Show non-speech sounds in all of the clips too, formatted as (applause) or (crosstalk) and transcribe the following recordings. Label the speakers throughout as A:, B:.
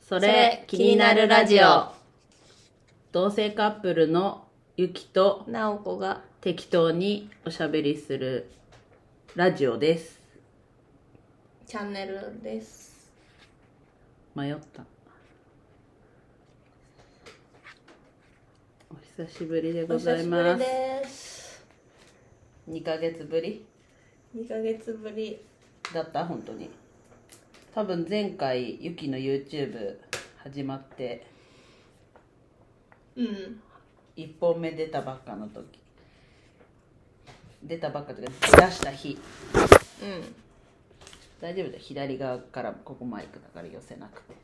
A: そ
B: れ
A: れ
B: 気
A: 気
B: に
A: に
B: な
A: な
B: る
A: る
B: ラ
A: ラ
B: ジ
A: ジ
B: オ
A: オ同性カップルのゆきと
B: なおこが
A: 適当におしゃべりするラジオです
B: チャンネルです
A: 迷ったお久しぶりで
B: お
A: ござ
B: 久
A: い
B: しぶり
A: ます
B: です
A: 2ヶ月ぶり
B: 2ヶ月ぶり
A: だった本当に多分前回ゆきの YouTube 始まって
B: うん
A: 1本目出たばっかの時出たばっかというか出した日
B: うん
A: 大丈夫だよ左側からここマイクだから寄せなくて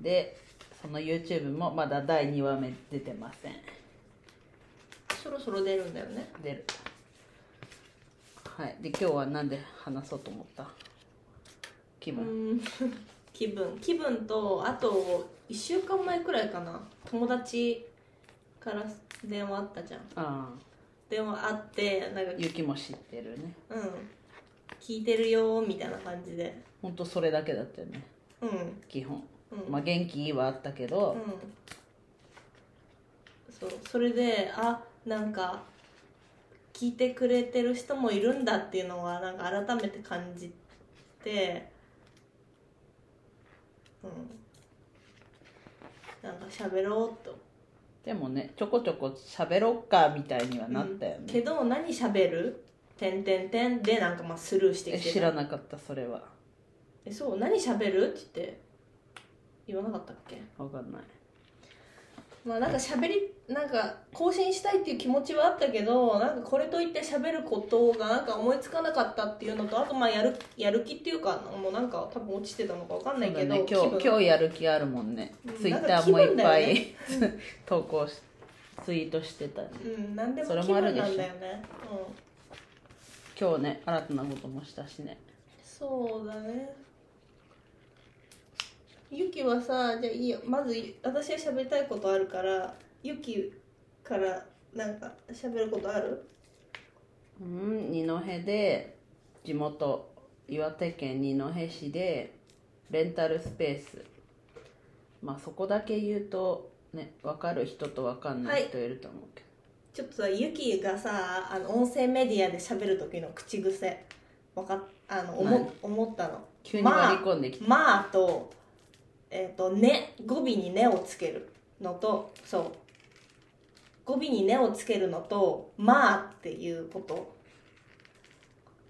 A: でその YouTube もまだ第2話目出てません
B: そろそろ出るんだよね
A: 出るはいで今日は何で話そうと思った気
B: う
A: 分、
B: ん気分気分とあと1週間前くらいかな友達から電話あったじゃん
A: ああ
B: 電話あってなんか
A: 雪も知ってるね
B: うん聞いてるよーみたいな感じで
A: ほんとそれだけだったよね
B: うん
A: 基本、
B: うん
A: まあ元気はあったけど、
B: うん、そうそれであなんか聞いてくれてる人もいるんだっていうのはなんか改めて感じて、うん、なんか喋ろうと、
A: でもねちょこちょこ喋ろっかみたいにはなったよね、
B: けど何喋るてんてんてんでなんかまあスルーして
A: え
B: きてた
A: 知らなかったそれは
B: えそう何喋るって言って言わなかったっけ
A: 分かんない
B: まあなんか喋りなんか更新したいっていう気持ちはあったけどなんかこれといって喋ることがなんか思いつかなかったっていうのとあとまあやるやる気っていうかもうなんか多分落ちてたのかわかんないけ
A: そ
B: ど、
A: うだね、今日
B: 気分
A: 今日やる気あるもんね、
B: うん
A: ツイッターもいっぱい、
B: なんか
A: (laughs) 投稿しツイートしてたね
B: うん何でも
A: それ
B: 気
A: もあ
B: 分な
A: る
B: ん
A: でし
B: だ
A: ょ
B: よねうん
A: 今日ね新たなこともしたしね
B: そうだねゆきはさじゃあいいよまず私は喋りたいことあるからゆきからなんか喋ることある
A: うん二戸で地元岩手県二戸市でレンタルスペースまあそこだけ言うとね分かる人と分かんない人いると思うけ
B: ちょっとさゆきがさあの音声メディアで喋る時の口癖わかっあの思
A: 何
B: 思ったの
A: ど、急に割り込んでき
B: 「
A: て、
B: まあ」と「えっ、とね」語尾に「ね」をつけるのとそう語尾に「ね」をつけるのと「まあ」っていうこと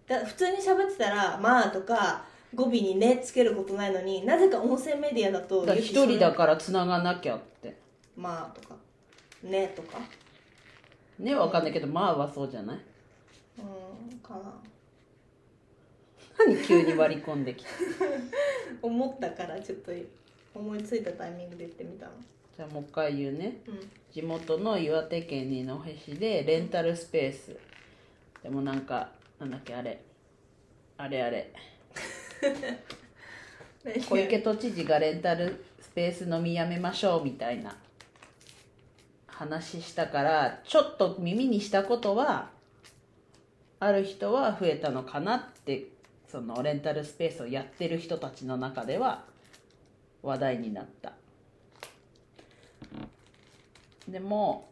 B: だ普通に喋ってたら「まあ」とか語尾に「ね」つけることないのになぜか音声メディアだと
A: だから
B: ゆき
A: 一人だ
B: それ
A: から繋がなきゃって
B: まあ」とか「ね」とか
A: ね分かんないけどまあはそうじゃ (laughs) ない
B: うんかな
A: 何急に割り込んできて
B: 思ったからちょっと思いついたタイミングで言ってみたの
A: じゃあもう一回言うね
B: うん
A: 地元の岩手県二戸市でレンタルスペースでもなんかなんだっけあれあれあれ
B: 何
A: 小池都知事がレンタルスペース飲みやめましょうみたいな話したからちょっと耳にしたことはある人は増えたのかなってそのレンタルスペースをやってる人たちの中では話題になったでも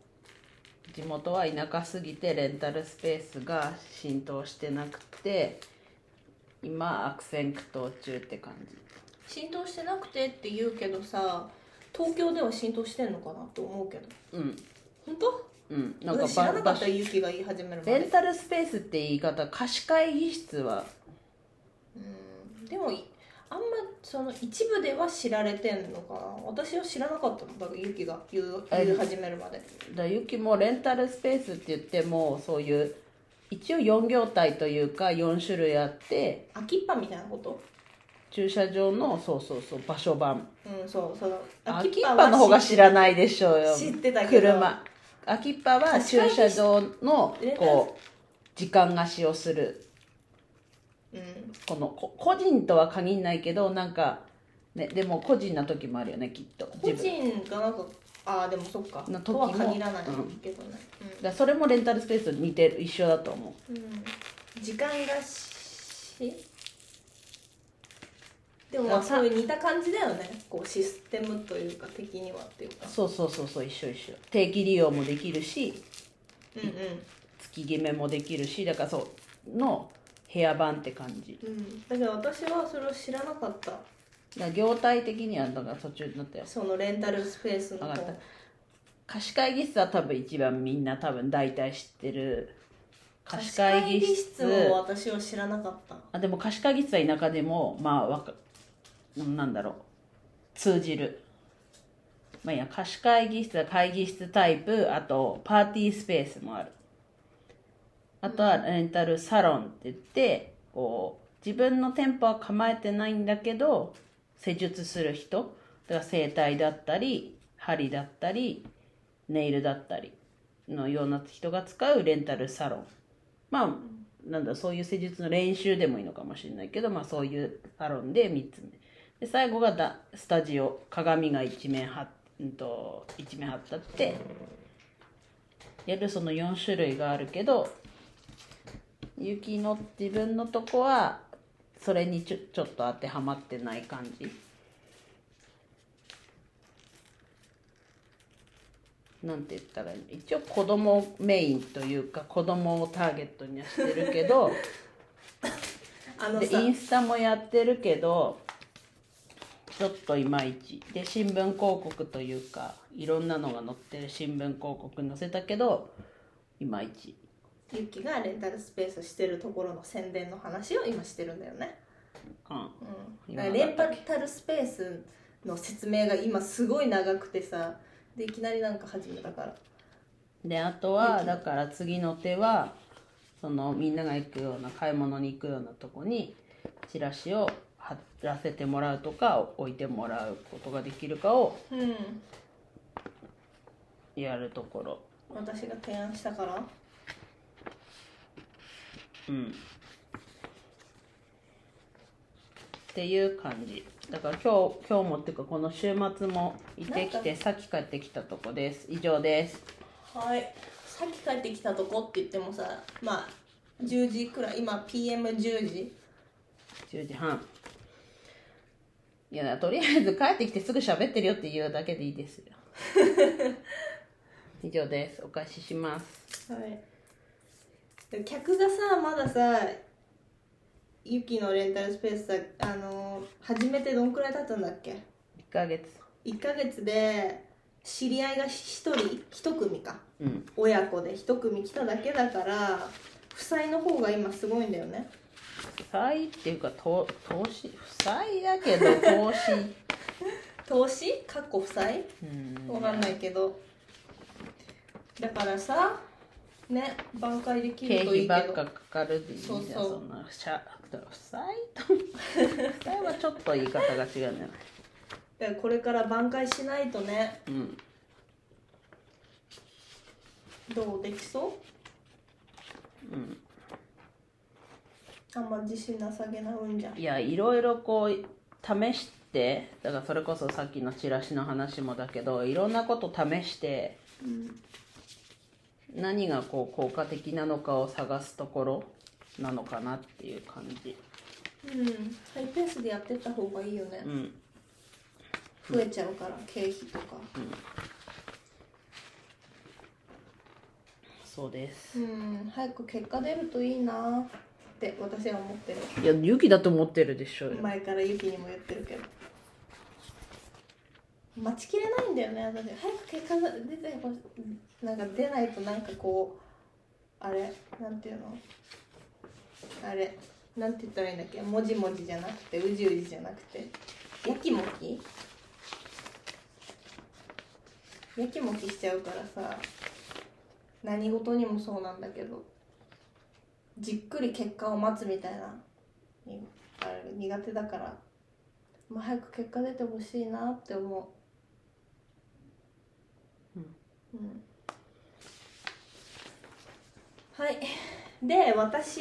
A: 地元は田舎すぎてレンタルスペースが浸透してなくて今悪戦苦闘中って感じ
B: 浸透してなくてって言うけどさ東京では浸透してんのかなと思うけど
A: うん
B: 本当
A: うんなんか
B: 私知らなか
A: ば
B: ったゆきが言い始めるま
A: レン
B: で
A: タルスペースって言い方貸し会議室は
B: うんでもいあんまその一部では知られてんのかな私は知らなかったのだからゆきが言う
A: え
B: 言い始めるまで
A: だゆきもレンタルスペースって言ってもそういう一応4業態というか4種類あって
B: 空きっぱみたいなこと
A: 駐車場のそうそうそう場所版
B: うんそうその
A: 秋っぱの方が知
B: ら
A: らないでしょうよ
B: 知ってたけど
A: 車秋っぱは駐車場の
B: 貸し会議室
A: こう時間貸しをする
B: うん
A: このこ個人とは限んないけどなんか、ね、でも個人な時もあるよねきっと
B: 個
A: 自分
B: 人がなんかああでもそっか
A: の時
B: と
A: も
B: は限らない
A: うん
B: けどね、
A: だからそれもレンタルスペースと似てる一緒だと思う
B: うん時間がしでもまあ
A: あ
B: そういう似た感じだよねこうシステムというか的にはっていうか
A: そうそうそうそう一緒一緒定期利用もできるし
B: うん
A: 月決めもできるしだからそうの部屋版って感じ
B: うん、うん、だけど私はそれを知らなかった
A: だから業態的にはだから途中になったよ
B: そのレンタルスペースの
A: わかった
B: 方
A: 貸し会議室は多分一番みんな多分大体知ってる貸し会議室
B: 貸し会議室も私は知らなかった
A: あでも貸し会議室は田舎でもまあわかなんだろう通じるまあいいや貸し会議室は会議室タイプあとパーティースペースもあるあとはレンタルサロンって言ってこう自分の店舗は構えてないんだけど施術する人だから整体だったり針だったりネイルだったりのような人が使うレンタルサロンまあなんだそういう施術の練習でもいいのかもしれないけど、まあ、そういうサロンで3つ目で最後がだスタジオ鏡が一面はうんと一面貼ったってやるその4種類があるけどゆきの自分のとこはそれにちょちょっと当てはまってない感じなんて言ったらいいの一応子供メインというか子供をターゲットにはしてるけど
B: あの
A: で
B: さ
A: インスタもやってるけどちょっといまいちで新聞広告というかいろんなのが載ってる新聞広告に載せたけどいまいち
B: ゆきがレンタルスペースしてるところの宣伝の話を今してるんだよね、
A: うん
B: うん、
A: 今
B: だからレンタルスペースの説明が今すごい長くてさでいきなりなんか始めたから
A: であとはだから次の手はそのみんなが行くような買い物に行くようなとこにチラシを貼らせてもらうとか置いてもらうことができるかを
B: うん
A: やるところ
B: 私が提案したから
A: うんっていう感じだから今日今日もっていうかこの週末も行ってきてさっき帰ってきたとこです以上です
B: はいさっき帰ってきたとこって言ってもさまあ10時くらい今 PM10 時
A: 10時半いやとりあえず帰ってきてすぐ喋ってるよっていうだけでいいですよ以上ですお返しします
B: はい客がさまださユキのレンタルスペースさあの始めてどんくらい経ったんだっけ
A: 1ヶ月
B: 1ヶ月で知り合いが1人1組か
A: うん
B: 親子で1組来ただけだから負債の方が今すごいんだよね
A: 負債っていうか投投資負債だけど投 (laughs) 資
B: 投資かっこ負債
A: うん
B: わかんないけどだからさね挽回でき
A: 経
B: るとい
A: 費
B: いけ
A: ばっ
B: ど
A: かかかるでいいじゃん
B: そう
A: そ
B: そうん
A: なしゃ負債と負債はちょっと言い方が違うね
B: だからこれから挽回しないとね
A: うん
B: どうできそう
A: うん
B: あんま自信なさげなうんじゃん
A: いやいろいろこう試してだからそれこそさっきのチラシの話もだけどいろんなこと試して
B: うん
A: 何がこう効果的なのかを探すところなのかなっていう感じ
B: うんハイペースでやってった方がいいよね
A: うん
B: 増えちゃうから経費とか
A: そうです
B: うん早く結果出るといいなって私は思ってる
A: いや勇気だと思ってるでしょ
B: 前からユキにも言ってるけど待ちきれないんだよね私早く結果が出てほしなんか出ないとなんかこうあれなんていうのあれなんて言ったらいいんだっけもじもじじゃなくてうじうじじゃなくてやきもきやきもきしちゃうからさ何事にもそうなんだけどじっくり結果を待つみたいなにあれ苦手だから、まあ、早く結果出てほしいなって思ううん、はいで私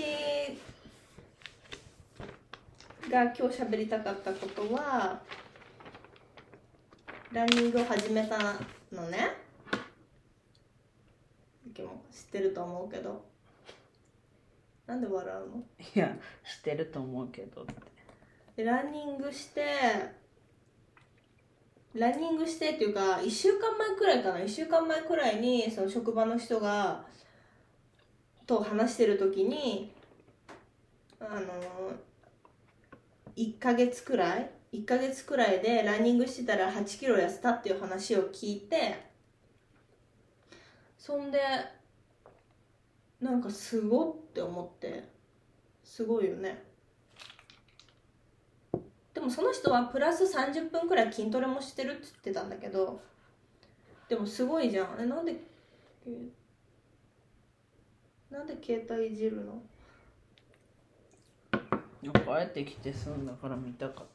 B: が今日喋りたかったことはランニングを始めたのねゆきも知ってると思うけどなんで笑うの
A: いやしてると思うけどって
B: でランニングしてランニングしてっていうか1週間前くらいかな1週間前くらいにその職場の人がと話してる時にあの1ヶ月くらい1ヶ月くらいでランニングしてたら8キロ痩せたっていう話を聞いてそんでなんかすごって思ってすごいよねでもその人はプラス30分くらい筋トレもしてるって言ってたんだけどでもすごいじゃんえなんでえなんで携帯いじるの
A: なんか帰ってきてすんだから見たかっ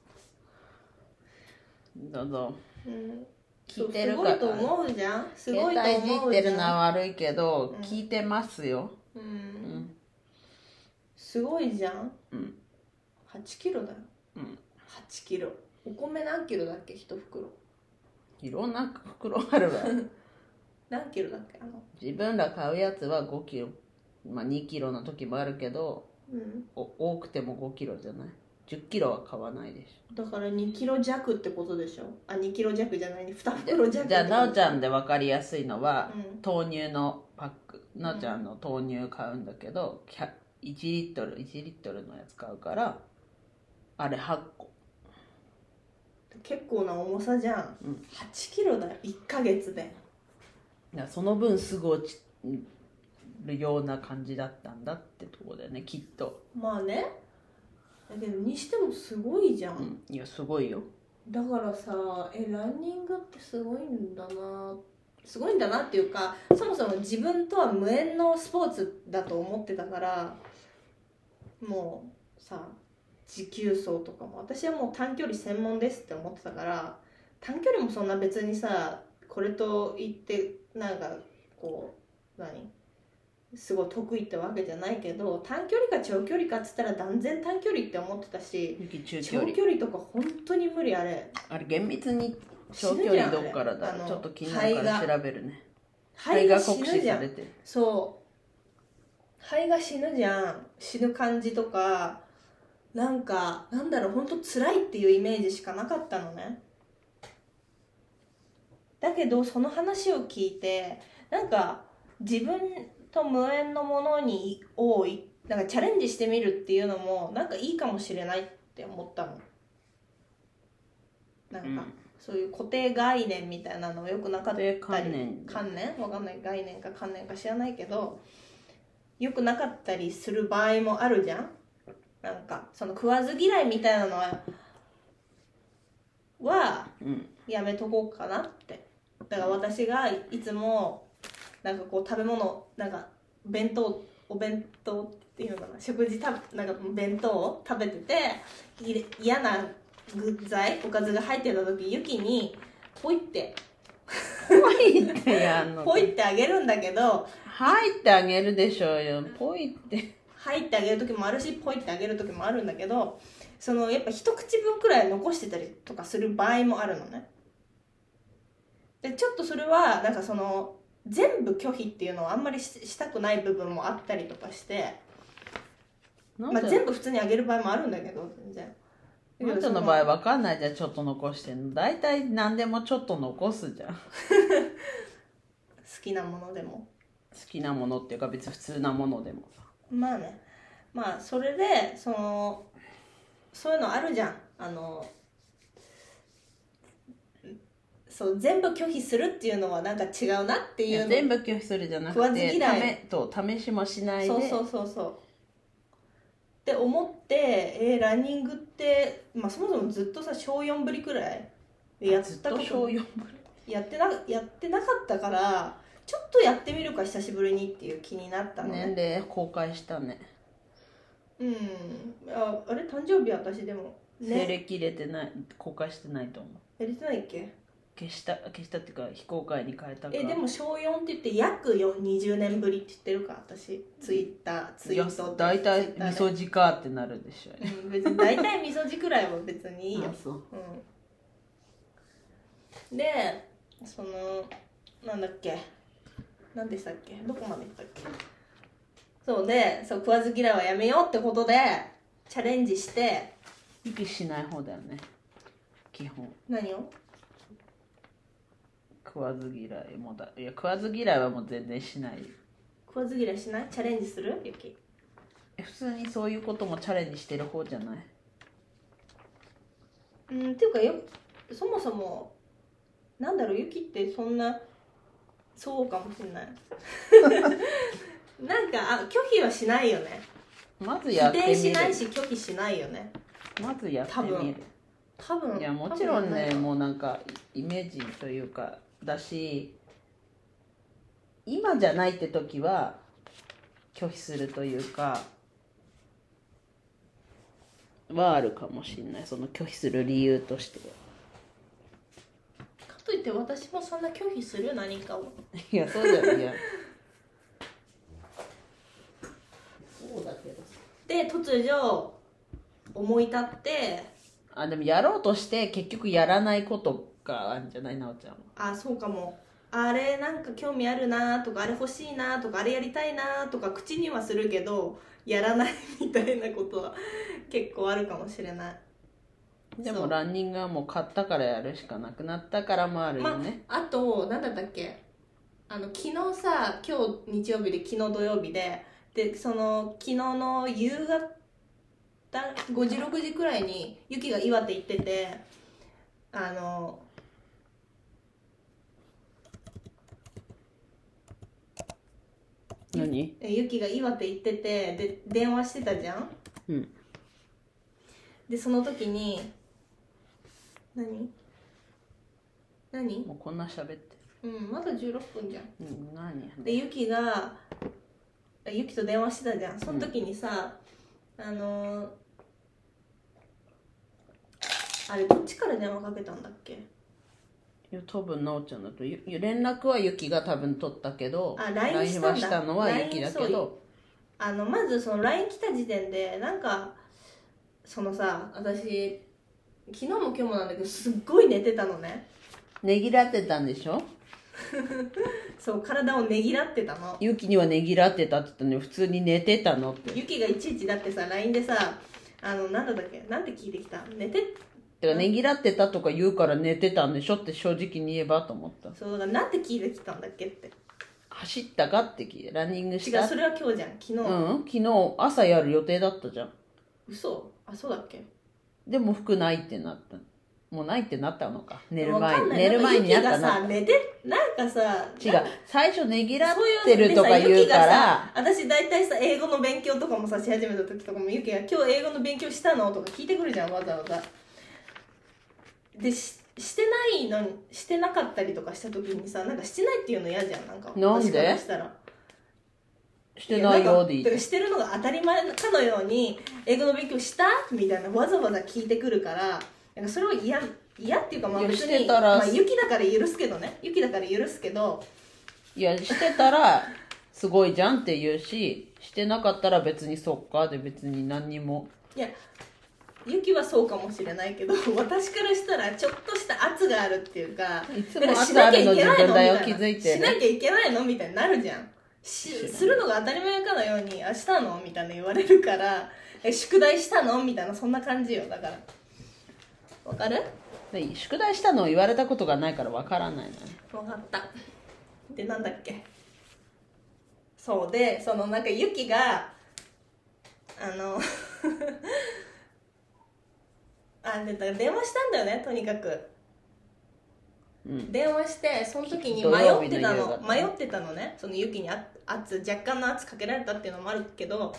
A: たどうぞ
B: うん
A: 聞いてる
B: そ
A: から
B: うすごいと思うじゃんすごいと
A: 携帯いじ
B: 思
A: っ
B: うじ
A: て
B: ゃん
A: るのは悪いけど、
B: うん
A: 聞いてますよ、
B: う
A: うんん、
B: すごいじゃん、
A: うん
B: 8キロだよ、
A: うん
B: 8キロお米何キロだっけ一袋
A: いろんな袋あ (laughs) るわ
B: 何キロだっけあの
A: 自分ら買うやつは5キロまあ2キロの時もあるけど
B: うん
A: お多くても5キロじゃない1 0キロは買わないでし
B: だから2キロ弱ってことでしょあ2キロ弱じゃない2袋
A: ょ
B: 弱
A: じゃあなおちゃ
B: ん
A: んで分かりやすいのは、
B: う
A: 豆乳のパックなおちゃんの豆乳買うんだけど100 1リットル1リットルのやつ買うからあれ8個
B: 結構な重さじゃん、
A: うん
B: 8キロだよ1ヶ月で
A: だからその分すぐ落ちるような感じだったんだってとこだよねきっと、
B: まあねだけどにしてもすごいじゃん、
A: うん、いやすごいよ
B: だからさえランニングってすごいんだなすごいんだなっていうかそもそも自分とは無縁のスポーツだと思ってたからもうさ持久走とかも私はもう短距離専門ですって思ってたから短距離もそんな別にさこれといってなんかこう何すごい得意ってわけじゃないけど短距離か長距離かっつったら断然短距離って思ってたし
A: ゆき中距
B: 長
A: 離
B: 距離とか本当に無理あれ
A: あれ厳密に長距
B: 死ぬじゃ
A: 離
B: ん
A: どっからだ
B: あれ
A: ろ
B: あの
A: うちょっと気になるか
B: 肺
A: ら調べるね肺
B: 肺
A: が
B: が死
A: 酷
B: ぬ
A: 使
B: じゃ
A: さ
B: ん
A: れてる
B: そう肺が死ぬじゃん死ぬ感じとかなんかなんだろう本当辛いっていうイメージしかなかったのねだけどその話を聞いてなんか自分と無縁のものにをいなんかチャレンジしてみるっていうのもなんかいいかもしれないって思ったのなんか、
A: うん
B: そういう固定概念みたいなのよくなかったり
A: 固定観念
B: 観念わかんない概念か観念か知らないけどよくなかったりする場合もあるじゃんなんかその食わず嫌いみたいなのはは
A: うん
B: やめとこうかなってだから私がいつもなんかこう食べ物なんか弁当お弁当っていうのかな食事たなんか弁当を食べてていれ嫌な具材おかずが入ってた時ユキにポイって
A: ポイってやんの
B: (laughs) ポイってあげるんだけど
A: 入ってあげるでしょうよポイって
B: 入ってあげる時もあるしポイってあげる時もあるんだけどそのやっぱ一口分くらい残してたりとかする場合もあるのねでちょっとそれはなんかその全部拒否っていうのをあんまりししたくない部分もあったりとかして、
A: なん
B: まあ、
A: で、
B: 全部普通にあげる場合もあるんだけど全然
A: なんでの場合わかんないじゃんちょっと残してんの大体何でもちょっと残すじゃん好
B: 好きなものでも
A: きなものっていうか別に普通なものでもさ
B: まあねまあそれでそのそういうのあるじゃんあのそう全部拒否するっていうのはなんか違うなって
A: い
B: いう
A: や
B: の
A: 全部拒否するじゃな
B: 食わ
A: く
B: ず嫌
A: て
B: い
A: ためと試しもしないで
B: そうそうそうそうって思って、えーランニングって、まあ、そもそもずっとさ小4ぶりくらいでやっ
A: ずったと
B: こと
A: 小4
B: やってなやってなかったからちょっとやってみるか久しぶりにっていう気になったのね
A: 年齢公開したね
B: うんああれ誕生日私でも
A: 西
B: ね
A: 暦入れてない公開してないと思う
B: やれてないっけ
A: 消した消したっていうか非公開に変えたから
B: えでも小4って言って約よ20年ぶりって言ってるから私ツイッターツ
A: い
B: イ
A: や
B: ート
A: 大体みそ
B: じ
A: じかってなるでしょうね
B: 別に大体みそじくらいは別にいいよ
A: あ、そう
B: うん、でそのなんだっけ何でしたっけどこまで行ったっけそうでそう食わず嫌いはやめようってことでチャレンジして
A: 息しない方だよね基本
B: 何を
A: 食わず嫌いもだいや食わず嫌いはもう全然しない
B: 食わず嫌いしないチャレンジするゆき
A: え普通にそういうこともチャレンジしてる方じゃない
B: うんっていうかよそもそもなんだろうゆきってそんなそうかもし
A: (laughs)
B: んないなんかあ拒否はしないよね
A: まずや
B: 否
A: ってみる
B: 定しないし拒否しないよね
A: まずやってみる
B: 多分
A: いやもちろんね
B: 多分ない
A: もうなんかイメージというかだし今じゃないって時は拒否するというかはあるかもしれないその拒否する理由として
B: (laughs)
A: は
B: かといって私もそんな拒否する何かを
A: いやそうだよいやそうだけど
B: で突如思い立って
A: あでもやろうとして結局やらないことがあるんじゃないなおちゃんは
B: あそうかもあれなんか興味あるなとかあれ欲しいなとかあれやりたいなとか口にはするけどやらないみたいなことは (laughs) 結構あるかもしれない
A: で
B: そ
A: も
B: う
A: ランニングはもう買ったからやるしかなくなったからもあるよね、
B: あと何だったっけあの昨日さ今日日曜日で昨日土曜日ででその昨日の夕方5時6時くらいにユキが岩手行っててあの
A: 何
B: えゆきが岩手行っててで電話してたじゃん
A: うん
B: でその時に何何
A: もうこんな喋って
B: うんまだ16分じゃん
A: うん何
B: でゆきがあゆきと電話してたじゃんその時にさ、あのーあれどっちから電話かけたんだっけ
A: いや多分なおちゃんだとゆ連絡はゆきが多分取ったけど
B: あ LINE したんだ
A: はしたのはゆきだけ
B: LINE
A: ど
B: あのまずその LINE 来た時点でなんかそのさ私昨日も今日もなんだけどすっごい寝てたのね
A: ねぎらってたんでしょ
B: そう体をねぎらってたの
A: ゆきにはねぎらってたって言ったのに普通に寝てたのって
B: ゆきがいちいちだってさ LINE でさあのなんだったっけなんて聞いてきた寝て
A: てかねぎらってたとか言うから寝てたんでしょって正直に言えばと思った
B: そうだからなんて聞いてきたんだっけって
A: 走ったかって聞いてランニングし
B: 違
A: た
B: うそれは今日じゃん昨日、
A: うん昨日朝やる予定だったじゃん
B: 嘘あそうだっけ
A: でも服ないってなったもうないってなったのか寝る
B: わ
A: 前
B: かん
A: に
B: ない
A: 寝る前に
B: な
A: や
B: ん
A: っ
B: か
A: た
B: ゆきが
A: な
B: さ寝てなんかさ
A: 違う最初ねぎらっ
B: そういう
A: てるとか言うか
B: で
A: ら
B: さ私大体さ英語の勉強とかもさし始めた時とかもゆきが「今日英語の勉強したの?」とか聞いてくるじゃんわざわざでししてないのにしてなかったりとかした時にさなんかしてないっていうの嫌じゃんなんか
A: なんで
B: 私からしたら
A: してないよで
B: で
A: いい
B: してるのが当たり前かのように英語の勉強したみたいなわざわざ聞いてくるからなんかそれを嫌嫌っていうかま
A: い
B: あ
A: や
B: 別
A: して
B: に、
A: たら
B: まあ、雪だから許すけどね雪だから許すけど
A: いやしてたらすごいじゃんって言うししてなかったら別にそっかで別に何にも
B: いやユキはそうかもしれないけど (laughs) 私からしたらちょっとした圧があるっていうか
A: いつ
B: な
A: も
B: んかし
A: 朝
B: な
A: あ
B: きゃ
A: る
B: い
A: の
B: け
A: 自
B: ない
A: 分
B: の
A: だよ気
B: みたいな
A: づいて
B: しな
A: ね
B: きゃいけないのみたいになるじゃんし
A: 知らない
B: するのが当たり前かのように「あしたの?」みたいな言われるから「え宿題したの?」みたいなそんな感じよだからわかる
A: で宿題したのを言われたことがないからわからないのね
B: わかったでなんだっけそうでそのなんかユキがあの (laughs) あでだから電話したんだよねとにかく
A: うん
B: 電話してその時に
A: 土
B: 迷
A: 曜
B: っ
A: 日の
B: てたの
A: 夕方
B: 迷ってたのねそのユキにあ圧若干の圧かけられたっていうのもあるけど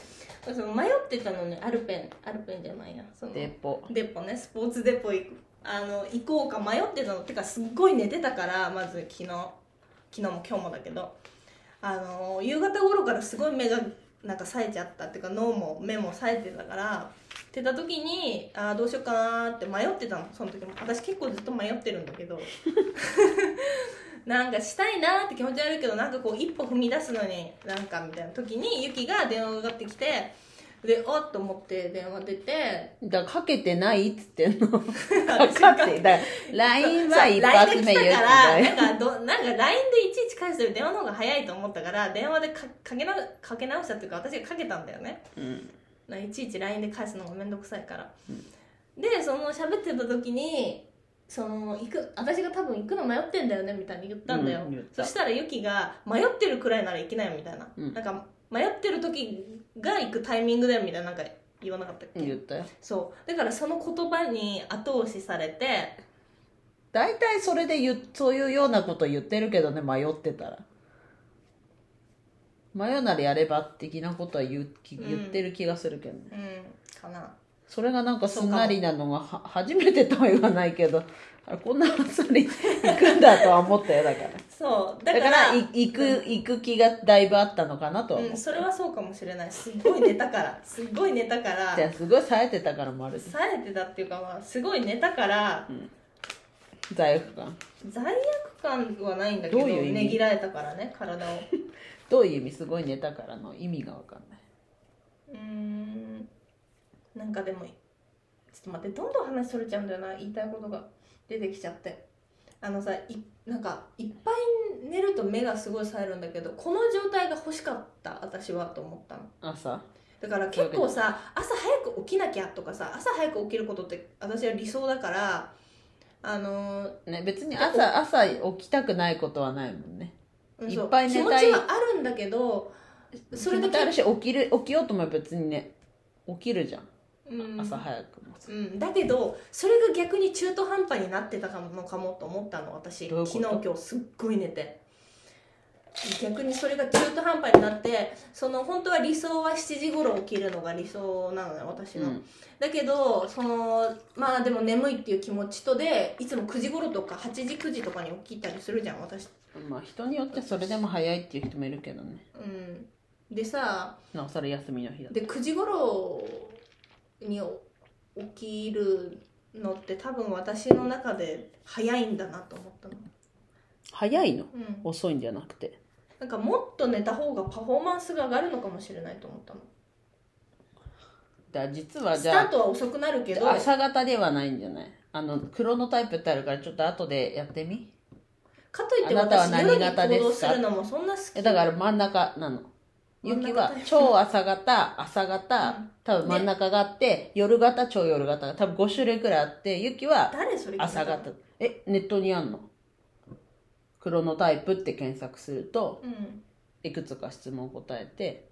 B: その迷ってたのねアルペンアルペンじゃないなその
A: デポ
B: デポねスポーツデポ行くあの行こうか迷ってたのてかすっごい寝てたからまず昨日昨日も今日もだけどあの夕方頃からすごい目がなんか冴えちゃったっていうか脳も目も冴えてたからってた時にあーどうしようかなーって迷ってたのその時も私結構ずっと迷ってるんだけど (laughs) なんかしたいなーって気持ちはあるけどなんかこう一歩踏み出すのになんかみたいな時にユキが電話がかかってきてでおっと思って電話出て
A: だからかけてないっつって
B: (laughs)
A: んのか
B: 私
A: かってだから LINE は一発目言う
B: 言
A: ん
B: うから
A: だ
B: な
A: よ
B: んかどなんか LINE でいちいち返すより電話の方が早いと思ったから電話でかかけなかけ直したっていうか私がかけたんだよね
A: うん
B: ないちいち LINE で返すのがめんどくさいから、でその喋ってた時にその行く私が多分行くの迷ってんだよねみたいに言ったんだよ、
A: うん言った
B: そしたらユキが「迷ってるくらいなら行きなよ」みたいな、
A: うん
B: なんか迷ってる時が行くタイミングだよみたいななんか言わなかったっけ、
A: 言ったよ
B: そうだからその言葉に後押しされて
A: 大体それで言うそういうようなこと言ってるけどね迷ってたら迷うならやれば的なことは言うき言ってる気がするけどね、
B: うんかな
A: それがなんかすんなりなのがは初めてとは言わないけどあこんなあっさり行くんだとは思ったよだから
B: そうだ
A: だ
B: か
A: かららい行く、行く気がだいぶあったのかなとは思
B: う、
A: うん
B: それはそうかもしれないすっごい寝たから
A: (laughs)
B: すっごい寝たから
A: じゃあすごい冴えてたからもある
B: 冴えてたっていうかまあすごい寝たから
A: 罪悪感
B: 罪悪感はないんだけど
A: どういう意味
B: ねぎらえたからね体を (laughs)
A: どういう意味すごい寝たからの意味がわかんないう
B: ーんなんかでもちょっと待ってどんどん話それちゃうんだよな言いたいことが出てきちゃってあのさいなんかいっぱい寝ると目がすごい冴えるんだけどこの状態が欲しかった私はと思ったの
A: 朝
B: だから結構さ朝早く起きなきゃとかさ朝早く起きることって私は理想だからあのー
A: ね別に朝朝起きたくないことはないもんね
B: うんそう
A: いっぱい寝たい
B: 気持ちはあるんだけどそれだ
A: 気持ちある
B: け、
A: し起きる起きようとも別にね起きるじゃん、
B: うん
A: 朝早くも
B: うん、だけどそれが逆に中途半端になってたのかもと思ったの私
A: どういうこと
B: 昨日今日すっごい寝て逆にそれが中途半端になってその本当は理想は7時頃起きるのが理想なのよ私の、
A: うん
B: だけどそのまあでも眠いっていう気持ちとでいつも9時頃とか8時9時とかに起きたりするじゃん私
A: まあ人によってそれでも早いっていう人もいるけどね
B: うんでさ
A: なおさら休みの日だと
B: で9時頃に起きるのって多分私の中で早いんだなと思ったの、
A: 早いの
B: うん、
A: 遅いんじゃなくて
B: なんかもっと寝た方がパフォーマンスが上がるのかもしれないと思ったの
A: だから実は
B: ス
A: じ
B: タ
A: ゃあ
B: ートは遅くなるけど
A: 朝方ではないんじゃないあのクロノタイプってあるからちょっと後でやってみ
B: かといって
A: あなたは
B: 私夜
A: 何
B: に
A: 型
B: 行
A: ですか
B: 動するのもそんな好
A: え
B: き
A: だから真ん中なの
B: 真ん
A: ゆき
B: 中
A: は超朝方朝方、
B: うん
A: 多分真ん中があって、夜型超夜型多分5種類くらいあってゆきは
B: 誰それ聞いた
A: 朝方えネットにあんのクロノタイプって検索すると
B: うん
A: いくつか質問答えて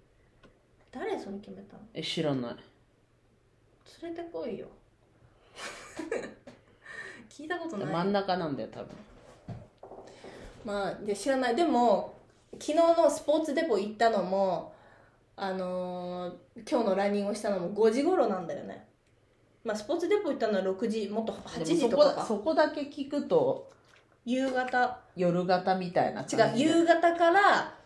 B: 誰それ決めたの
A: え知らない
B: 連れてこいよ (laughs) 聞いたことない
A: 真ん中なんだよ多分
B: まあで知らないでも昨日のスポーツデポ行ったのもあのー今日のランニングをしたのも5時頃なんだよねまあスポーツデポ行ったのは6時もっと8時とか
A: でもそこだ
B: か
A: そこだけ聞くと
B: 夕方
A: 夜型みたいな
B: 違
A: 感
B: う
A: じで
B: 夕方から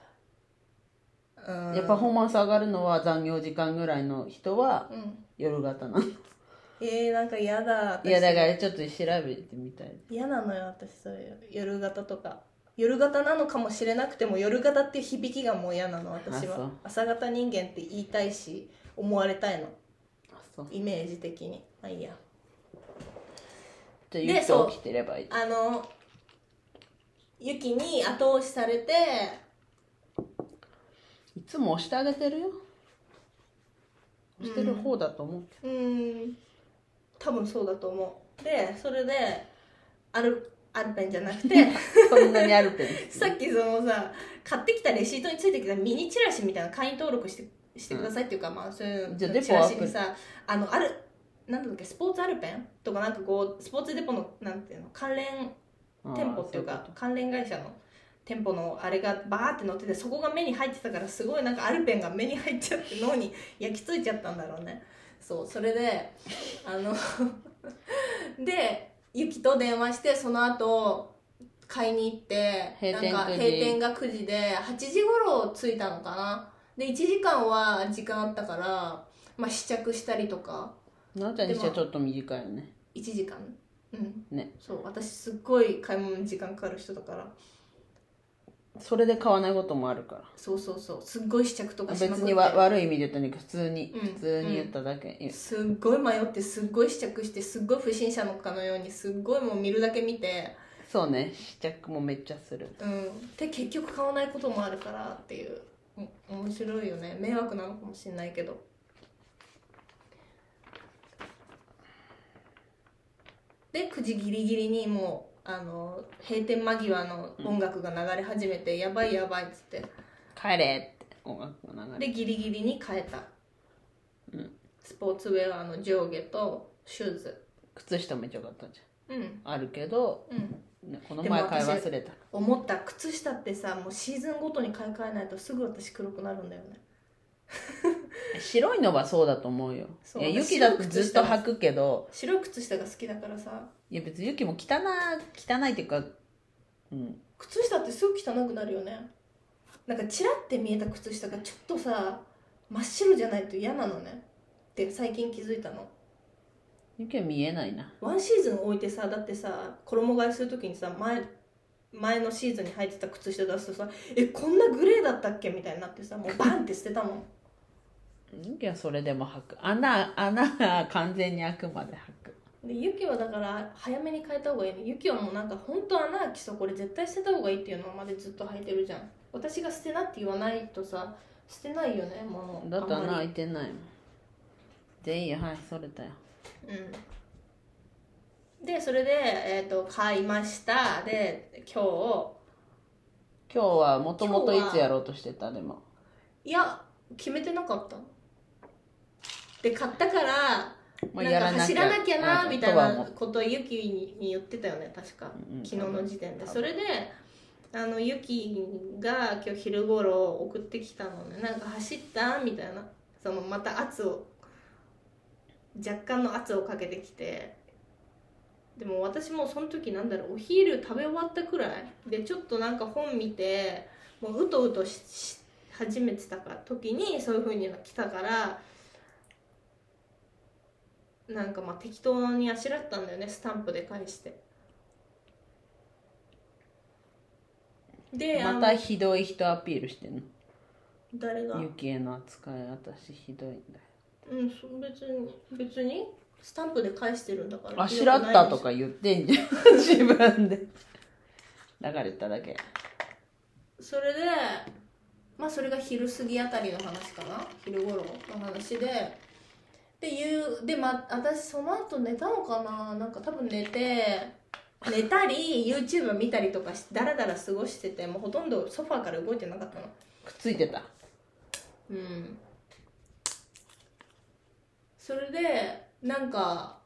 B: うん
A: やっぱパフォーマンス上がるのは残業時間ぐらいの人は
B: うん
A: 夜型なの
B: えー、なんか嫌だ
A: いやだからちょっと調べてみたい
B: 嫌なのよ私そういう夜型とか夜型なのかもしれなくても夜型っていう響きがもう嫌なの私
A: あそ
B: は
A: う
B: 朝型人間って言いたいし思われたいの
A: あそう
B: イメージ的にまあいいや
A: じゃあ
B: で
A: ゆき
B: そ
A: と
B: う
A: 起きてればいい
B: あのユキに後押しされて
A: いつも押してあげてるよ押してる方だと思うけ
B: うーん多分そうだと思うでそれでアルアルペンじゃなくて
A: ど、そんなにある
B: (laughs)
A: けど
B: さっきそのさ買ってきたレシートについてきたミニチラシみたいな会員登録してしてくださいっていうか、まあそういう
A: じゃあデポ
B: チラシにさあのあるなんだっけスポーツアルペンとかなんかこうスポーツデポのなんていうの関連店舗っていう
A: あ
B: か
A: ー
B: 関連会社の店舗のあれがバーって載っててそこが目に入ってたからすごいなんかアルペンが目に入っちゃって脳に焼き付いちゃったんだろうねそうそれであの (laughs) でユキと電話してその後買いに行って
A: 閉店
B: なんか
A: 9時
B: 閉店が9時で8時頃着いたのかなで1時間は時間あったから、まあ、試着したりとか
A: なおちゃんにしてはちょっと短いよね
B: 1時間うん
A: ね
B: そう私すっごい買い物に時間かかる人だから
A: それで買わないこともあるから
B: そうそうそうすっごい試着とかしまくって
A: 別にわ悪い意味で言ったんだけど普通に、
B: うん
A: 普通に言っただけ、いや
B: すっごい迷ってすっごい試着してすっごい不審者のかのようにすっごいもう見るだけ見て
A: そうね試着もめっちゃする
B: うんで結局買わないこともあるからっていうお面白いよね迷惑なのかもしれないけどで9時ギリギリにもうあの閉店間際の音楽が流れ始めて、やばいやばいっつって
A: 帰れって音楽が流れ
B: でギリギリに変えた、
A: うん
B: スポーツウェアの上下とシューズ
A: 靴下めっちゃよかったじ
B: うん
A: ゃんあるけど、
B: うん
A: ねこの前買い忘れた
B: 思った靴下ってさもうシーズンごとに買い替えないとすぐ私黒くなるんだよね
A: 白いのはそうだと思うよ
B: そう
A: いや
B: 私
A: 雪だってずっと履くけど
B: 白い靴下が好きだからさ
A: いや別に雪も汚い汚いっていうかうん
B: 靴下ってすぐ汚くなるよねなんかチラって見えた靴下がちょっとさ真っ白じゃないと嫌なのねって最近気づいたの
A: 雪は見えないな
B: ワンシーズン置いてさだってさ衣替えする時にさ前前のシーズンに履いてた靴下出すとさえこんなグレーだったっけみたいになってさもうバンって捨てたもん
A: 雪はそれでも履く穴穴が完全に開くまで履く
B: (laughs) でユキはだから早めに変えた方がいいねユキはもうなんか本当穴開きそうこれ絶対捨てた方がいいっていうのまでずっと履いてるじゃん私が捨てなって言わないとさ捨てないよねもう
A: だって穴
B: あんま
A: 開
B: り
A: いてないもん全員はいそれたよ
B: うんでそれで、えー、と買いましたで今
A: 今日はもともとい
B: 今日は
A: つやろうとしてたでも
B: 日いや決めてなかったで買ったから
A: もう
B: なんか走らなきゃなみたい
A: とは思
B: な
A: う
B: ことをユキに言ってたよね確か
A: うんうん
B: 昨日の時点
A: 多
B: で
A: 分
B: それであのユキが今日昼頃送ってきたのねなんか走ったみたいなそのまた圧を若干の圧をかけてきてでも私もその時なんだろうお昼食べ終わったくらいでちょっとなんか本見てもううとうとしし始めてたか時にそういう風に来たからなんかまあ適当にあしらったんだよねスタンプで返してであ
A: ま
B: の
A: たひどい人アピールしてんの
B: 誰が
A: ユキへの扱い私ひどいんだよ
B: うんそ別に別にスタンプで返してるんだから
A: あしらったと
B: か
A: か言ってんじゃん (laughs) 自分で流れただけ
B: それでまあそれが昼過ぎあたりの話かな昼頃の話ででうで、ま、私その後寝たのかななんか多分寝て寝たり YouTube 見たりとかしだらだら過ごしててもうほとんどソファーから動いてなかったの
A: くっついてた
B: うんそれでなんか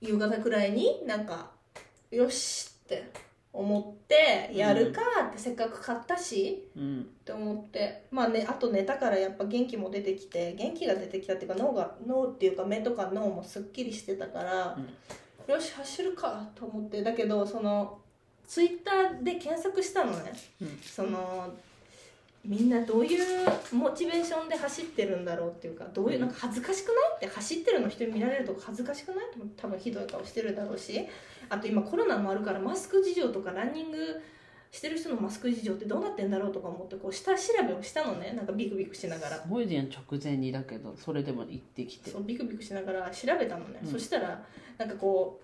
B: 夕方くらいになんかよしって思ってやるかってせっかく買ったし、
A: うん
B: って思ってまあねあと寝たからやっぱ元気も出てきて元気が出てきたっていうか脳が脳っていうか目とか脳もすっきりしてたから、よし走るかと思ってだけどそのツイッターで検索したのね
A: うん
B: そのみんなどういうモチベーションで走ってるんだろうっていうかどういうなんか恥ずかしくないって走ってるの人に見られると恥ずかしくないと思って多分ひどい顔してるだろうしあと今コロナもあるからマスク事情とかランニングしてる人のマスク事情ってどうなってんだろうとか思ってこう下調べをしたのねなんかビクビクしながら
A: すごいじゃん直前にだけどそれでも行ってきて
B: そうビクビクしながら調べたのね、
A: うん
B: そしたらなんかこ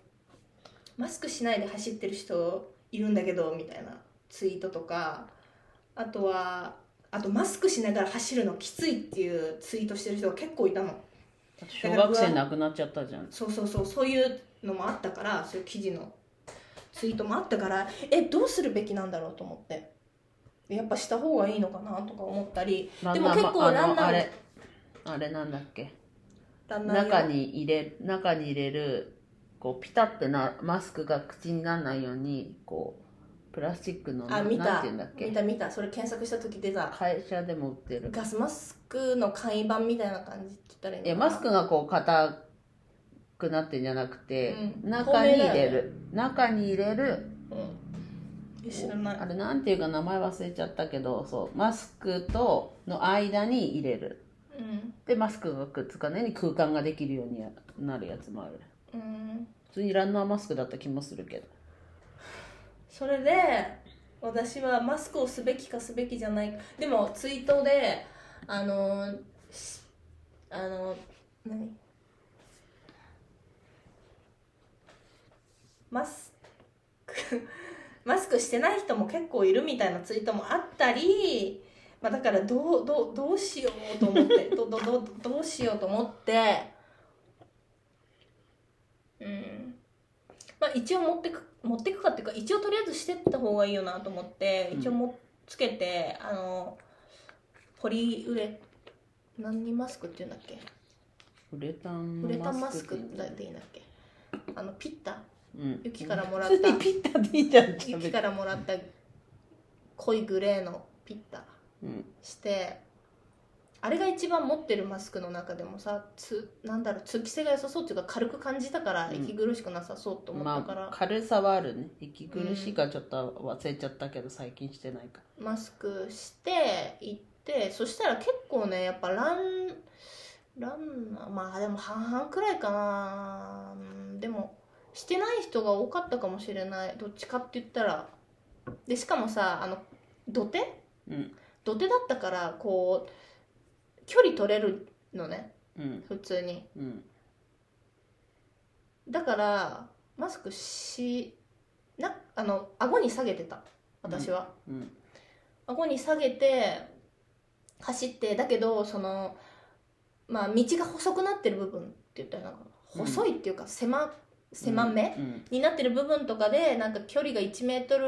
B: うマスクしないで走ってる人いるんだけどみたいなツイートとかあとはあとマスクしながら走るのきついっていうツイートしてる人が結構いたの
A: 小学生亡くなっちゃったじゃん
B: そうそうそうそういうのもあったからそういう記事のツイートもあったからえどうするべきなんだろうと思ってやっぱした方がいいのかなとか思ったり
A: ラ
B: で
A: ン
B: も
A: ナー
B: 結構
A: あ
B: ラン
A: の
B: ナ
A: あ
B: ー
A: れあれなんだっけ
B: ランナー用
A: 中に入れ中に入れるこうピタってなマスクが口にならないようにこうプラスチックのな
B: あ見
A: なん
B: た
A: ていうんだっ
B: 見
A: け
B: た見たそれ検索した時出た
A: 会社でも売ってる
B: ガスマスクの簡易版みたいな感じって言ったらいいの
A: い
B: か
A: や
B: な
A: マスクがこう硬くなってんじゃなくて、
B: うん
A: 中に入れ
B: 透明だよ
A: る、中に入れる
B: うんえ知らない
A: あれなんていうか名前忘れちゃったけどそうマスクとの間に入れる
B: うん
A: でマスクがくっつかないように空間ができるようになるやつもある
B: うん
A: 普通にランナーマスクだった気もするけど
B: それで私はマスクをすべきかすべきじゃないかでもツイートであのーしあのー何マスク (laughs) マスクしてない人も結構いるみたいなツイートもあったり、まあ、だからどうどうどうしようと思って (laughs) どどどどうしようと思ってうー一応持ってく持ってくかっていうか一応とりあえずしてった方がいいよなと思って
A: うん
B: 一応もつけて、あのポリウレ何マスクって言うんだっけ
A: ウレタン
B: ウレタンマ
A: マ
B: ス
A: スクって
B: ク
A: 言うん
B: だ
A: だ
B: っていいんだっけあのピッタ
A: うん
B: 雪からもらっ
A: 普通に
B: た
A: ピッタでいいじゃん別
B: 雪
A: に
B: からもらった濃いグレーのピッタ
A: うん
B: してあれが一番持ってるマスクの中でもさつなんだろう通気性が良さそうっていうか軽く感じたから
A: うん
B: 息苦しくなさそうと思った
A: ま
B: から、
A: あ軽さはあるね息苦しいからちょっと忘れちゃったけど最近してないか
B: マスクして行ってそしたら結構ねやっぱランランナーまあでも半々くらいかなうんでもしてない人が多かったかもしれないどっちかって言ったらでしかもさあの土手
A: らうん
B: 土手だったからこう距離取れるのね
A: うん
B: 普通に
A: うん
B: だからマスクしなあの顎に下げてた私は、
A: うん
B: 顎に下げて走ってだけどそのまあ道が細くなってる部分って言ったらなんか
A: うん
B: 細いっていうか狭狭め、
A: うん
B: になってる部分とかでなんか距離が1メートル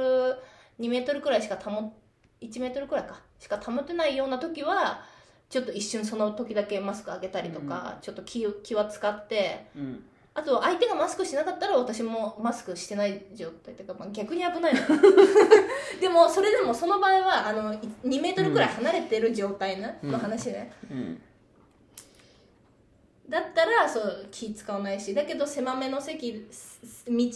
B: 2メートルくらいしか保1メートルくらいかしか保てないような時はちょっと一瞬その時だけマスク上げたりとか、ちょっと気を気は使って
A: うん
B: あと相手がマスクしなかったら私もマスクしてない状態というか、まあ、逆に危ないの
A: (laughs)
B: でもそれでもその場合はあのい2メートルくらい離れてる状態な、
A: うん
B: の話ね、
A: うん
B: だったらそう気使わないしだけど狭めの席すす道で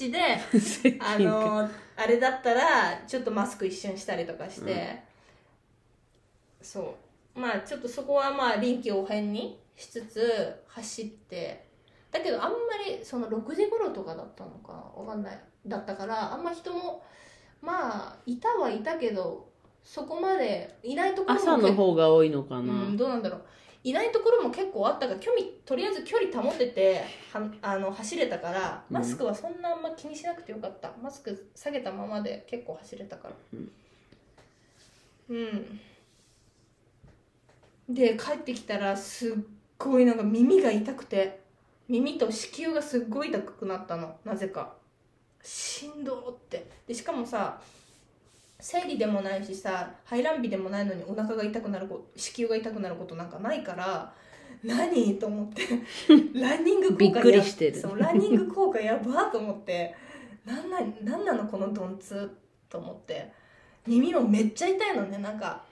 B: あのあれだったらちょっとマスク一瞬したりとかして、
A: うん
B: そうまあちょっとそこはまあ臨機応変にしつつ走ってだけどあんまりその6時頃とかだったのかわかんないだったからあんま人もまあいたはいたけどそこまでいないところも
A: (laughs) 朝の方が多いのかな
B: うん、どうなんだろういないところも結構あったから距離とりあえず距離保ててはあの走れたから
A: うん
B: マスクはそんなあんま気にしなくてよかった、マスク下げたままで結構走れたから
A: うん
B: うん、で帰ってきたらすっごいなんか耳が痛くて耳と子宮がすっごい痛くなったのなぜかしんどーってでしかもさ生理でもないしさ排卵日でもないのにお腹が痛くなるこ子宮が痛くなることなんかないから何と思
A: (laughs)
B: ってランニング効果や
A: びっくりしてる
B: そうランニング効果やばーと思ってなんなんなんなのこのドンツと思って耳もめっちゃ痛いのねなんか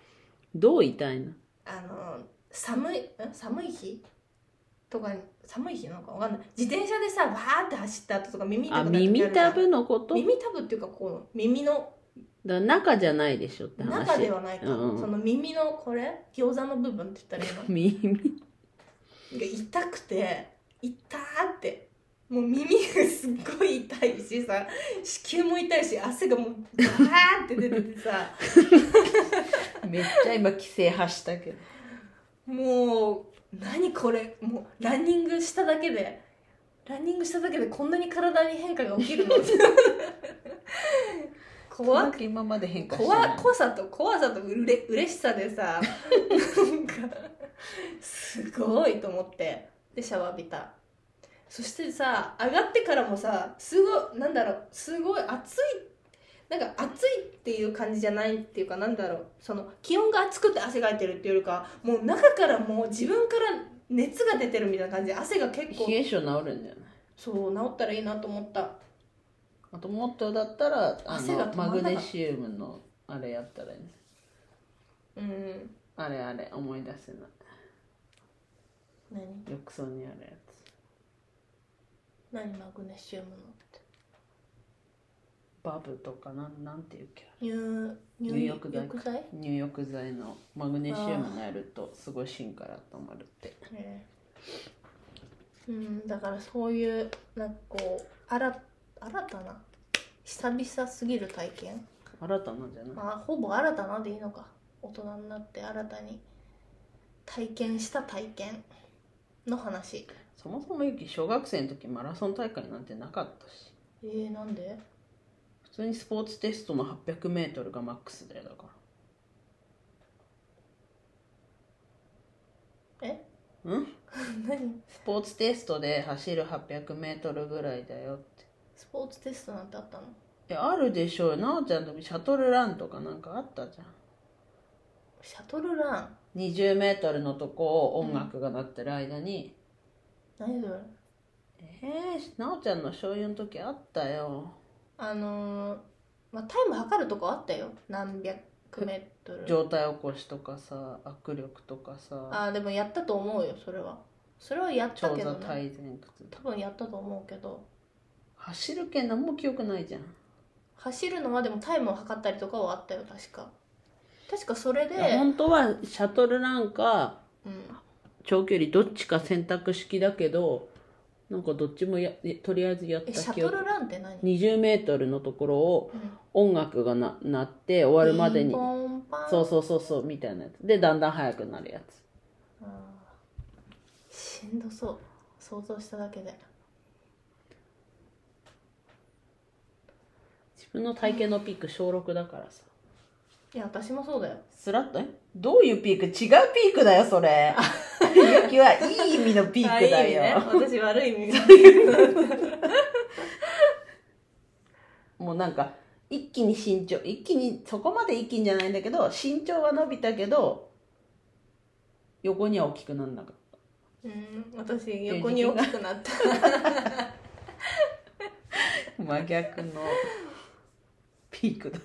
A: どう痛いの
B: あの寒いん寒い日とかに寒い日なのかわかんない自転車でさわーって走った後とか耳痛くな
A: あ
B: る時
A: 耳
B: あるじゃ
A: た
B: ん
A: ぶのこと
B: 耳たぶっていうかこう耳の
A: だから中じゃないでしょって話
B: 中ではないか、
A: うんうん
B: その耳のこれ餃子の部分って言ったらいいの
A: 耳
B: が痛くて痛ーってもう耳がすっごい痛いしさ子宮も痛いし汗がもうバーって出ててさ
A: めっちゃ今規制発したけど
B: もう何これもうランニングしただけでランニングしただけでこんなに体に変化が起きる
A: (laughs)
B: の怖く
A: く今まで変化して
B: 怖
A: ない
B: 怖さと怖さとうれ嬉しさでさなんかすごいと思ってでシャワー浴びたそしてさ上がってからもさすごいなんだろうすごい暑いなんか暑いっていう感じじゃないっていうかなんだろうその気温が暑くて汗がいてるっていうよりかもう中からもう自分から熱が出てるみたいな感じで汗が結構
A: 冷え性治るんじゃない
B: そう治ったらいいなと思った
A: あともっとだったらあ
B: 汗が
A: の
B: 止ま
A: マ
B: んなかっ
A: グ
B: た
A: ネシウムのあれやったらいいね
B: うん
A: あれあれ思い出せない
B: 何
A: 浴槽にあるやつ
B: 何マグネシウムのって
A: バブとかなんなんていうっけ
B: 入
A: 入浴剤
B: 浴剤
A: 入浴剤のマグネシウムのやるとすごい芯から温まるって
B: ねうんだからそういうなんかこう新新たな久々すぎる体験
A: 新たなんじゃない
B: まあほぼ新たなでいいのか大人になって新たに体験した体験の話
A: そもそもゆき小学生の時マラソン大会なんてなかったし
B: えー、なんで
A: 普通にスポーツテストの 800m がマックスだよだから
B: え (laughs)
A: うん
B: 何
A: スポーツテストで走る 800m ぐらいだよって
C: スポーツテストなんてあったの
A: えあるでしょうよなおちゃんの時シャトルランとかなんかあったじゃん
C: シャトルラン
A: 20m のとこを音楽が鳴ってる間に、
C: 何それ
A: えー、なおちゃんの小4の時あったよ
C: あのーまあ、タイム測るとこあったよ何百メートル
A: 上体起こしとかさ握力とかさ
C: あーでもやったと思うよそれはそれはやっ
A: 長
C: たけ
A: 座
C: どね
A: 体前屈
C: 多分やったと思うけど
A: 走るけん何も記憶ないじゃん
C: 走るのはでもタイムを測ったりとかはあったよ確か確かそれで
A: いや本当はシャトルなんか
C: うん
A: 長距離どっちか選択式だけどなんかどっちもやえとりあえずやっ
C: えシ
A: た
C: ャトルランって何、うん、
A: 20メートルのところを音楽がな鳴って終わるまでに
C: ピンポンパン
A: そうそうそうそうみたいなやつでだんだん速くなるやつ
C: あーしんどそう想像しただけで
A: 自分の体型のピーク小6だからさ
C: いや私もそうだよ
A: スラッとえどういうピーク違うピークだよそ (laughs) れゆきはいい意味のピークだよ、
C: あいいね、私悪い意味が
A: もうなんか一気に身長一気にそこまで一気にじゃないんだけど身長は伸びたけど横には大きくなんなかっ
C: うん私横に大きくなった
A: た真逆のピークだ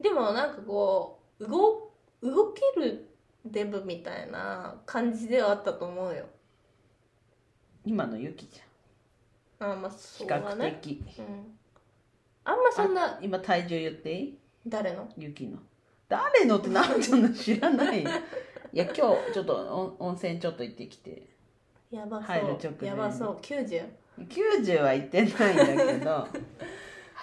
C: でもなんかこう動動けるデブみたいな感じではあったと思うよ
A: 今のゆきじ
C: あまあそ
A: ゃ
C: う
A: ん比
C: だ
A: 較
C: ね、
A: 的
C: うん、あんまそんな
A: 今体重言っていい
C: 誰の
A: ゆきの誰のってなんちゃうの知らないいや今日ちょっと温温泉ちょっと行ってきて
C: やば
A: 入る
C: そ
A: 直
C: う
A: 前
C: やばそう90
A: 90は行ってないんだけど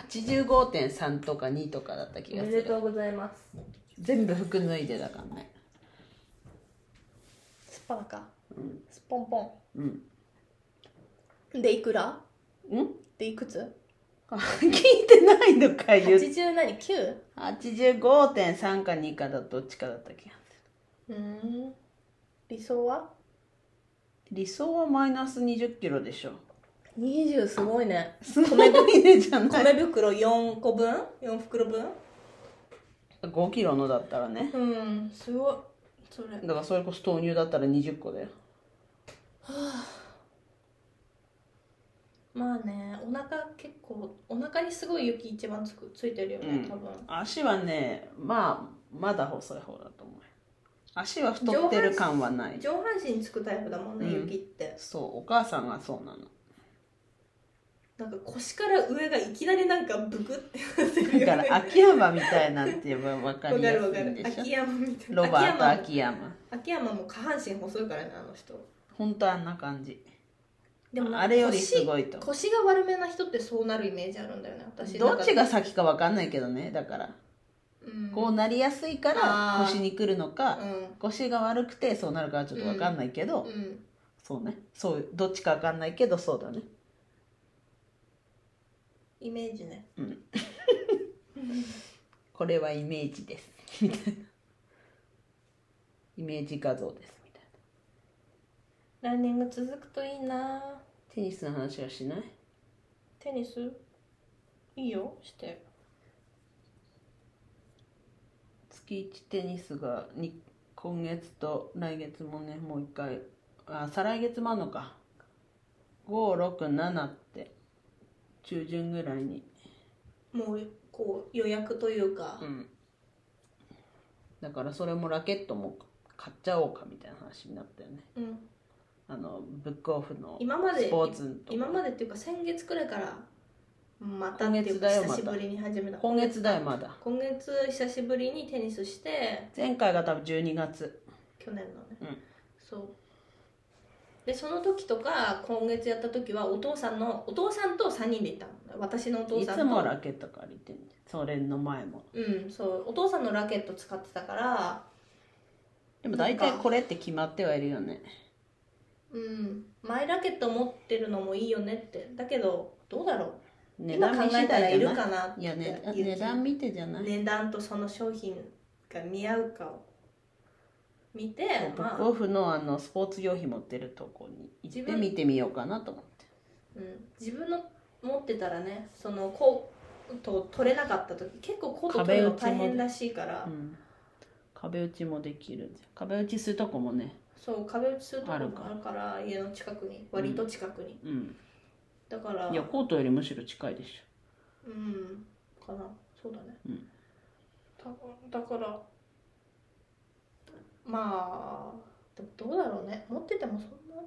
A: 85.3とか2とかだった気がする
C: うございます
A: 全部服脱いでだからね
C: スパラか、スポンポ
A: うん
C: ンでいくら
A: ん
C: でいくつ
A: あ聞いてないのか言う
C: 80何 9?
A: 85.3か2かだとどっちかだった気が
C: う
A: す
C: ん理想は
A: る理想はマイナス2 0キロでしょ
C: 20すごいね
A: すごいねじゃない
B: 米袋4個分4袋分
A: 5キロのだったらね
C: うんすごいそれ
A: だからそれこそ豆乳だったら20個だよ
C: まあねお腹結構お腹にすごい雪一番つくついてるよ
A: う
C: ね
A: ん
C: 多分、
A: 足はねまあまだ細い方だと思う足は太ってる感はない
B: 上半身につくタイプだもんね、
A: うん
B: 雪って
A: そうお母さんがそうなの
B: なんか腰から上がいきなりなんかブクってなってる
A: だ
B: よ
A: か
B: ね (laughs)
A: ら秋山みたいなんて言えば分か
B: わ
A: り
B: か
A: や
B: るわ
A: す
B: か
A: いん
B: る
A: でし
B: 秋山みたい
A: ょ
B: な
A: ロバート
B: 秋
A: 秋山
B: 山秋山も下半身細いからねあの人
A: 本当あんな感じ
C: でもなんか
A: あれよりす
C: 腰
A: ごいと
C: 腰が悪めな人ってそうなるイメージあるんだよね私
A: どっち
C: が、
A: が先か分かんないけどねだから、
C: うん、
A: こうなりやすいから
B: あー
A: 腰にくるのか、
C: う
A: 腰が悪くてそうなるからちょっと分かんないけど、
C: ん、うん、
A: そうねそうどっちか分かんないけどそうだね
B: イメージね
A: これはイメージですみたいなイメージ画像ですみたいな
C: ランニング続くといいな
A: テニスの話はしない
C: テニスいいよして
A: 月1テニスがに今月と来月もねもう一回あ再来月もあんのか567って中旬ぐらいに
B: もうこう予約というか、
A: うんだからそれもラケットも買っちゃおうかみたいな話になったよね
C: うん
A: あのブックオフの
B: 今まで
A: スポーツと
B: 今
A: か
B: までっていうか先月くらいからまたっていうか
A: 今月だよまた
B: 久しぶりに始めた
A: 今月だよまだ
B: 今月久しぶりにテニスして
A: 前回が多分12月
B: 去年のね、
A: うん
B: そうでその時とか今月やった時はお父さんのお父さんと3人で行ったの私のお父
A: い
B: さん
A: つ
B: と
A: もラケット借りてんじゃんそれの前も
B: うんそうお父さんのラケット使ってたから
A: でも大体
B: なんか
A: これって決まってはいるよね
B: うんマイラケット持ってるのもいいよねってだけどどうだろう
A: 値
B: 今
A: 段
B: 考
A: 見
B: え
A: 次
B: たら
A: 第
B: い
A: じゃ
B: る
A: ない
B: かなって
A: いや、ね、
B: いう
A: 値段見てじゃない、
B: 値段とその商品が見合うかを見て
A: そう、ブッ
B: ま
A: ク
B: あ
A: オフのあのスポーツ用品持ってるとこに行って見てみようかなと思って
B: うん、自分の持ってたらねそのコート取れなかった時結構コート取るの大変らしいから、
A: うん、壁打ちもできるんですよ壁打ちするとこもね
B: そう壁打ちするとこも
A: あるか
B: あるから家の近くに割と近くに、
A: うん
B: だから
A: いやコートよりむしろ近いでし
B: うんかなそうだね、
A: うん
B: だだからまあでもどうだろうね持っててもそんな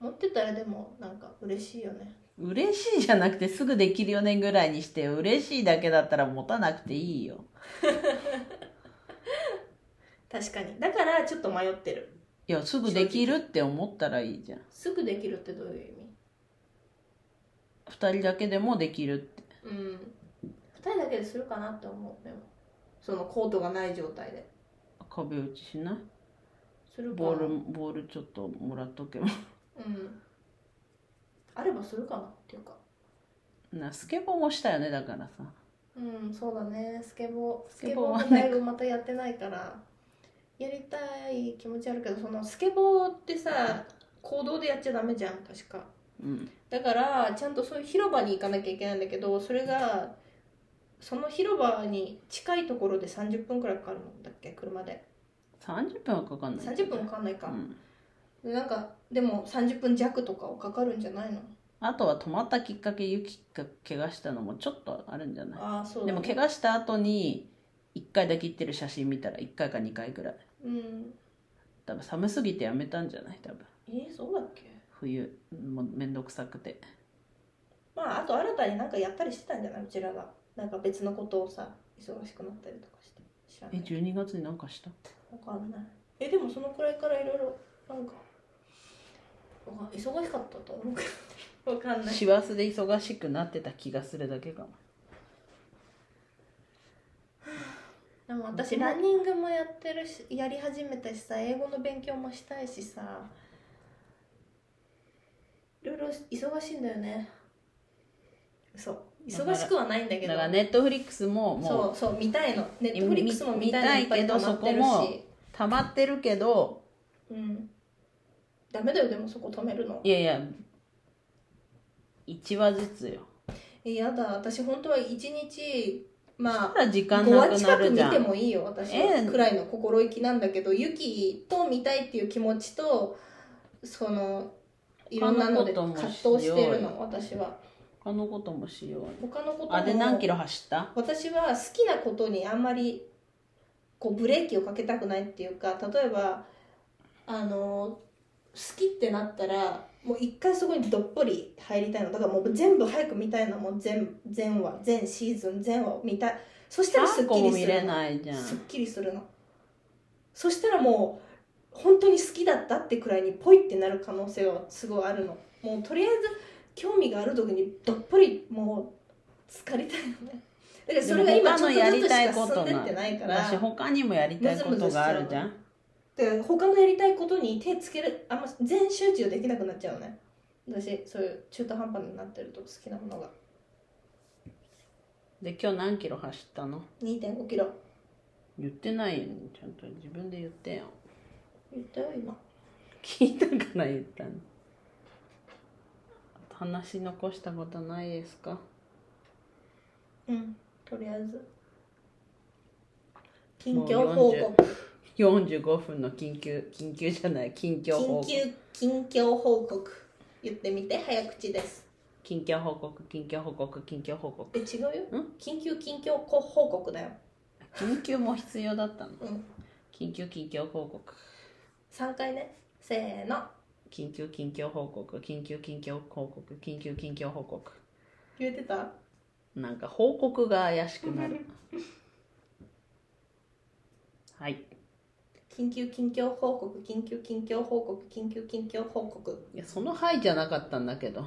B: 持ってたらでもなんか嬉しいよね
A: ょ嬉しいじゃなくてすぐできるよねぐらいにして嬉しいだけだったら持たなくていいよ
B: 確かに
D: だからちょっと迷ってる
A: いやすぐできるって思ったらいいじゃん
B: すぐできるってどういう
A: 2人だけでもできるって
B: 意味うん2人だけでするかなって思うでもそのコートがない状態で
A: 壁打ちしない
B: するかな
A: ボールボールちょっともらっとけば (laughs)
B: うんあればするかなっていうか
A: なスケボーもしたよねだからさ
B: うんそうだねスケボース
A: ス
B: ケ
A: ケ
B: ボ
A: ボー
B: ーもだいぶまたやってないからやりたい気持ちあるけどそのスケボーってさ行動でやっちゃダメじゃん確か
A: うん
B: だからちゃんとそういう広場に行かなきゃいけないんだけどそれがその広場に近いところで30分くらいかかるんだっけ車で
A: 30分はかかんない
B: 30分もかかんないか、
A: うん
B: でなんかでも30分弱とかはかかるんじゃないの
A: あとは止まったきっかけゆきが怪我したのもちょっとあるんじゃない
B: ああそう
A: で
B: だ、
A: も怪我した後に1回だけ行ってる写真見たら1回か2回ぐらい
B: うん
A: 多分寒すぎてやめたんじゃない多分
B: えーそうだっけ
A: 冬もうめんどくさくて
B: まああと新たになんかやったりしてたんじゃないうちらがなんか別のことをさ忙しくなったりとかして知らな
A: え
B: い
A: 12月になんかした
B: わかんないえでもそのくらいからいろいろなんかわかん忙しかったと思うけど (laughs) わかんない
A: 師走で忙しくなってた気がするだけかも
B: でも私ランニングもやってるしやり始めたしさ英語の勉強もしたいしさいろいろ忙しいんだよねそう忙しくはないんだけ
A: だ
B: ど
A: からネットフリックスもも
B: そううそう見たいのネットフリックスも見たいのいっぱい溜まってる
A: 見たい
B: し
A: け溜まってるけど
B: うんダメだよでもそこ止めるの
A: いやいや1話ずつよ
B: えやだ私本当は一日ま
A: だ
B: あ
A: から時間
B: 5
A: な
B: 話
A: く
B: 近
A: な
B: く
A: る
B: 見
A: じゃ
B: て
A: ん
B: もいいよ私
A: ええ
B: くらいの心意気なんだけどユキと見たいっていう気持ちとそのいろんなので
A: 他の
B: 葛
A: こと
B: 藤
A: もしようよ
B: してるの私は
A: 他のこともしようよ
B: 他のことも
A: あで何キロ走った
B: 私は好きなことにあんまりこうブレーキをかけたくないっていうか例えばあの好きってなったらもう一回そこにどっぷり入りたいのだからもう全部早く見たいのもう全全話全シーズン全話を見たいそしたらすっ
A: 3
B: き
A: 個
B: り
A: も
B: す
A: 見れ
B: るの
A: ないじゃん
B: すっきりするのそしたらもう本当に好きだったってくらいにポイってなる可能性はすごいあるのもうとりあえず興味がある時にどっぷりもう浸かりたいのねだからそれが今ちょっとずつしか進んでってないから
A: 私他にもやりたいことがあるじゃん
B: で他のやりたいことに手つけるあんま全集中できなくなっちゃうね私そういう中途半端になってると好きなものが
A: で今日何キロ走ったの
B: 2 5キロ
A: 言ってないよねちゃんと自分で言ってよ
B: 言ったよ今
A: 聞いたから言ったの話し残したことないですか
B: うんとりあえず近
A: もう
B: 況報告
A: 45分の緊急緊急じゃない近況報
B: 緊
A: 告
B: 急近況報告言ってみて早口です
A: 近況報告近況報告緊急報告
B: え違うよ
A: ん
B: 緊急近況報告だよ、
A: 緊急も必要だったの
B: うん、
A: 緊急緊急報告
B: 3回ねせーの
A: 緊急緊急報告緊急緊急報告緊急緊急報告
B: 言えてた
A: なんか報告が怪しくな (laughs) るはい
B: 緊急近況報告緊急近況報告緊急近況報告
A: いやその「はい」じゃなかったんだけど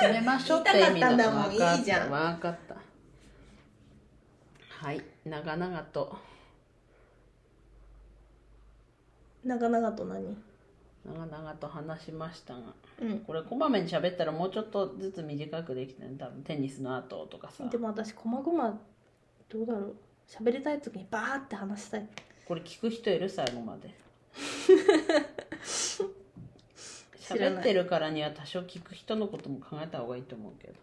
A: 締めましょうって意味
B: 言いたかったんだ
A: だ (laughs)
B: もん
A: わか
B: いい
A: っ
B: じゃ
A: た
B: ん
A: わかったはい長々と
B: 長々と何
A: 長々と話しましたが
B: うん
A: これこまめに喋ったらもうちょっとずつ短くできたね多分テニスの後とかさ
B: でも私こまごまどうだろう喋りたい時にバーって話したい
A: これ聞く人いる最後まで
B: 知らな
A: 喋
B: い
A: ってるからには多少聞く人のことも考えた方がいいと思うけど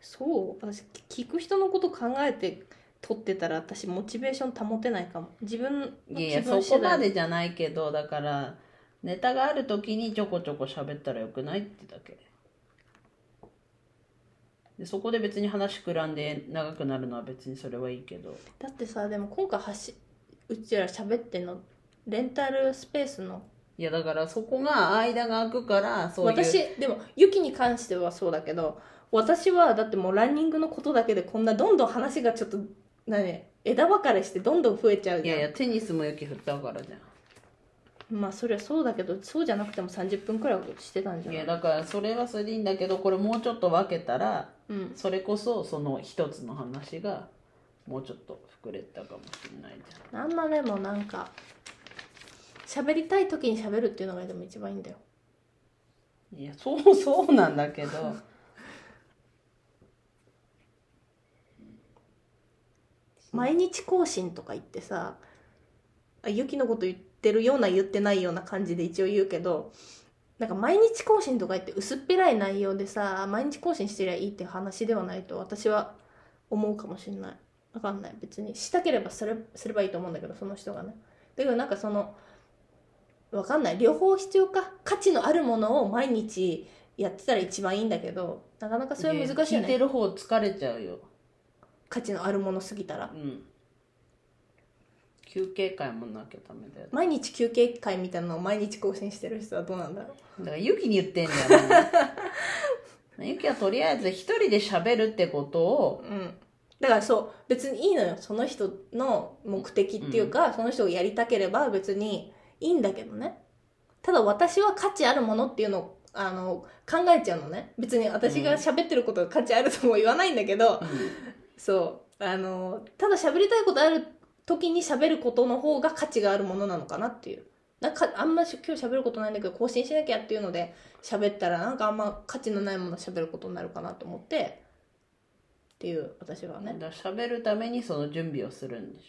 B: そう私聞く人のこと考えて撮ってたら私モチベーション保てないかも自分の
A: いやい
B: 気
A: や
B: 分
A: そこ
B: 次
A: ま
B: 第
A: でじゃないけどだからネタがある時にちょこちょこ喋ったらよくないってだけでそこで別に話膨らんで長くなるのは別にそれはいいけど
B: だってさでも今回はしうちら喋ってんのレンタルスペースの
A: いやだからそこが間が空くからそういう
B: 私でもユキに関してはそうだけど私はだってもうランニングのことだけでこんなどんどん話がちょっと何枝分かれしてどんどん増えちゃう
A: い
B: じゃん
A: やいやテニスも雪降ったからじゃん
B: まあそれはそうだけどそうじゃなくても30分くらいはしてたんじゃ
A: い
B: な
A: や
B: い
A: だからそれはそれでいいんだけどこれもうちょっと分けたら
B: うん
A: それこそその一つの話がもうちょっと膨れたかもしれないじゃ
B: あんまでもなんか喋りたい時に喋るっていうのがでも一番いいんだよ
A: んいやそうそうなんだけど
B: 毎日更新とか言ってさあユキのこと言ってるような言ってないような感じで一応言うけどなんか毎日更新とか言って薄っぺらい内容でさ毎日更新してりゃいいって話ではないと私は思うかもしれないわかんない別にしたければそれすればいいと思うんだけどその人がねだけどなんかそのわかんない両方必要か価値のあるものを毎日やってたら一番いいんだけどなかな (laughs) かそれは難しいよ
A: 聞いて
B: ね
A: る方疲れちゃうよ
B: 価値のあるものすぎたら
A: うん休憩会もなきゃダメだよ
B: 毎日休憩会みたいなのを毎日更新してる人はどうなんだろう
A: だからユキに言ってんだよ、ね、ユキはとりあえず一人で喋るってことを
B: うんだからそう別にいいのよその人の目的っていうか、その人がやりたければ別にいいんだけどねただ私は価値あるものっていうのをあの考えちゃうのね別に私が喋ってることが価値あるとも言わないんだけど、そうあのただ喋りたいことある時に喋ることの方が価値があるものなのかなっていうなんかあんまし今日喋ることないんだけど更新しなきゃっていうので喋ったらなんかあんま価値のないもの喋ることになるかなと思ってっていう私はね
A: だから喋るためにその準備をするんでし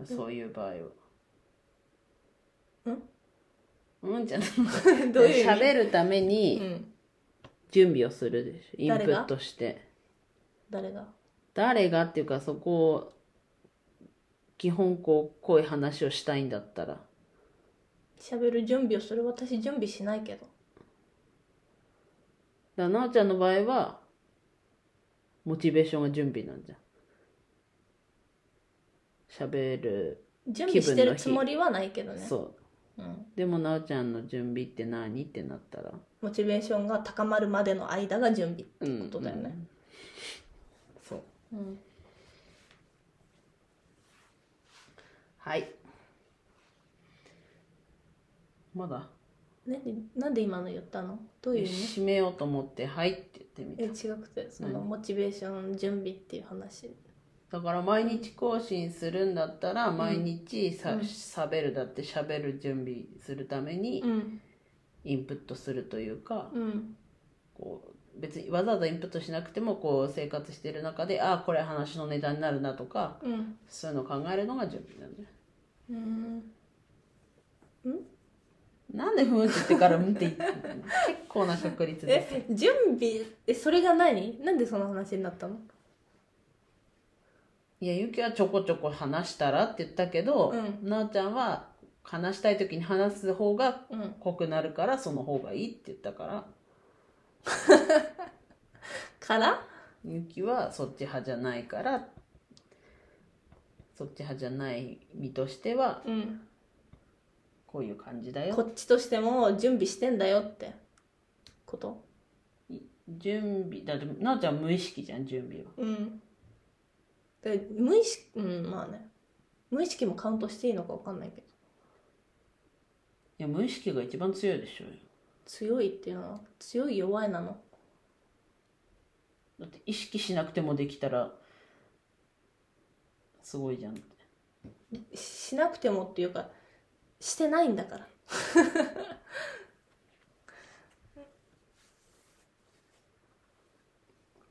A: ょそういう場合はうんうんじゃない
B: (laughs) (laughs) どういう意味
A: 喋るため
B: う
A: に
B: ん
A: 準備をするでしょインプ
B: 誰が
A: ットして
B: 誰が
A: 誰がっていうかそこを基本こうこういう話をしたいんだったら
B: 喋る準備をする私準備しないけ
A: だ
B: ど
A: からなおちゃんの場合はモチベーションが準備なんじゃん喋る、
B: 準備してるつもりはないけどね、
A: そう
B: ん、
A: うでもなおちゃんの準備って何ってなったら
B: モチベーションが高まるまでの間が準備ってことだよね、
A: そう
B: うん
A: はいまだ
B: ねなんで今の言ったのどういう意味
A: 締めようと思って「はい」って言って
B: え
A: み
B: 違くてそのモチベーション準備っていう話
A: ただから毎日更新するんだったら毎日さ、喋るだって喋る準備するために
B: ん
A: インプットするというか、
B: うん
A: こう別にわざわざインプットしなくてもこう生活してる中でああこれ話のネタになるなとか
B: うん
A: そういうのを考えるのが準備なんだよ
B: うん
A: なんでふんって言ってからうんって言ってんの (laughs) 結構な確率です
B: え準備えそれが何なんでその話になったの
A: いやゆきはちょこちょこ話したらって言ったけど、
B: う
A: なおちゃんは話したい時に話す方が
B: うん
A: 濃くなるからその方がいいって言ったから
B: から
A: ゆきはそっち派じゃないからそっち派じゃない身としては
B: うん
A: こういう感じだ
B: こ
A: よ
B: っちとしても準備してんだよってこと
A: 準備だってなおちゃん無意識じゃん準備は
B: うんで無意識うんまあね無意識もカウントしていいのか分かんないけど
A: いや無意識が一番強いでしょうよ
B: 強いっていうのは強い弱いなの
A: だって意識しなくてもできたらすごいじゃん
B: しなくてもっていうかしてないんだ (laughs) から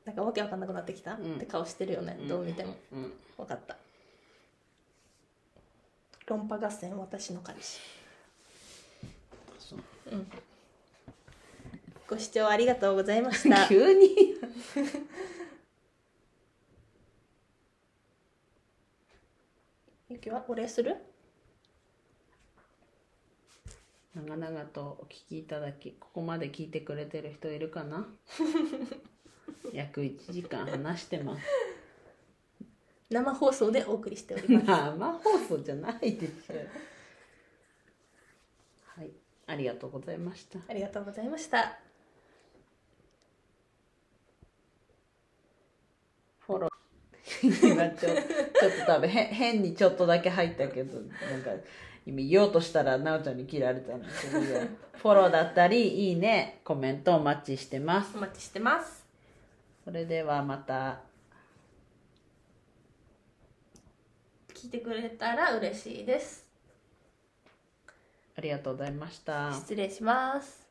B: なんかわけわかんなくなってき
A: ん
B: た、って顔してるよね、どう見ても
A: うん
B: わかった論破合戦私の彼氏
A: そう
B: ご視聴ありがとうございまし
A: (laughs)
B: た
A: 急に
B: ゆきはお礼する
A: 長々とお聞きいただきここまで聞いてくれてる人いるかな (laughs) 約1時間話してます (laughs)
B: 生放送でお送りしております
A: 生放送じゃないでしょはいありがとうございました
B: ありがとうございました
A: フォロー (laughs) 今ちょちょっと多分へ変にちょっとだけ入ったけどなんか今言おうとしたらなおちゃんに切られたんですけどフォローだったりいいねコメントお待ちしてます
B: お待ちしてます
A: それではまた
B: 聞いてくれたら嬉しいです
A: ありがとうございました
B: 失礼します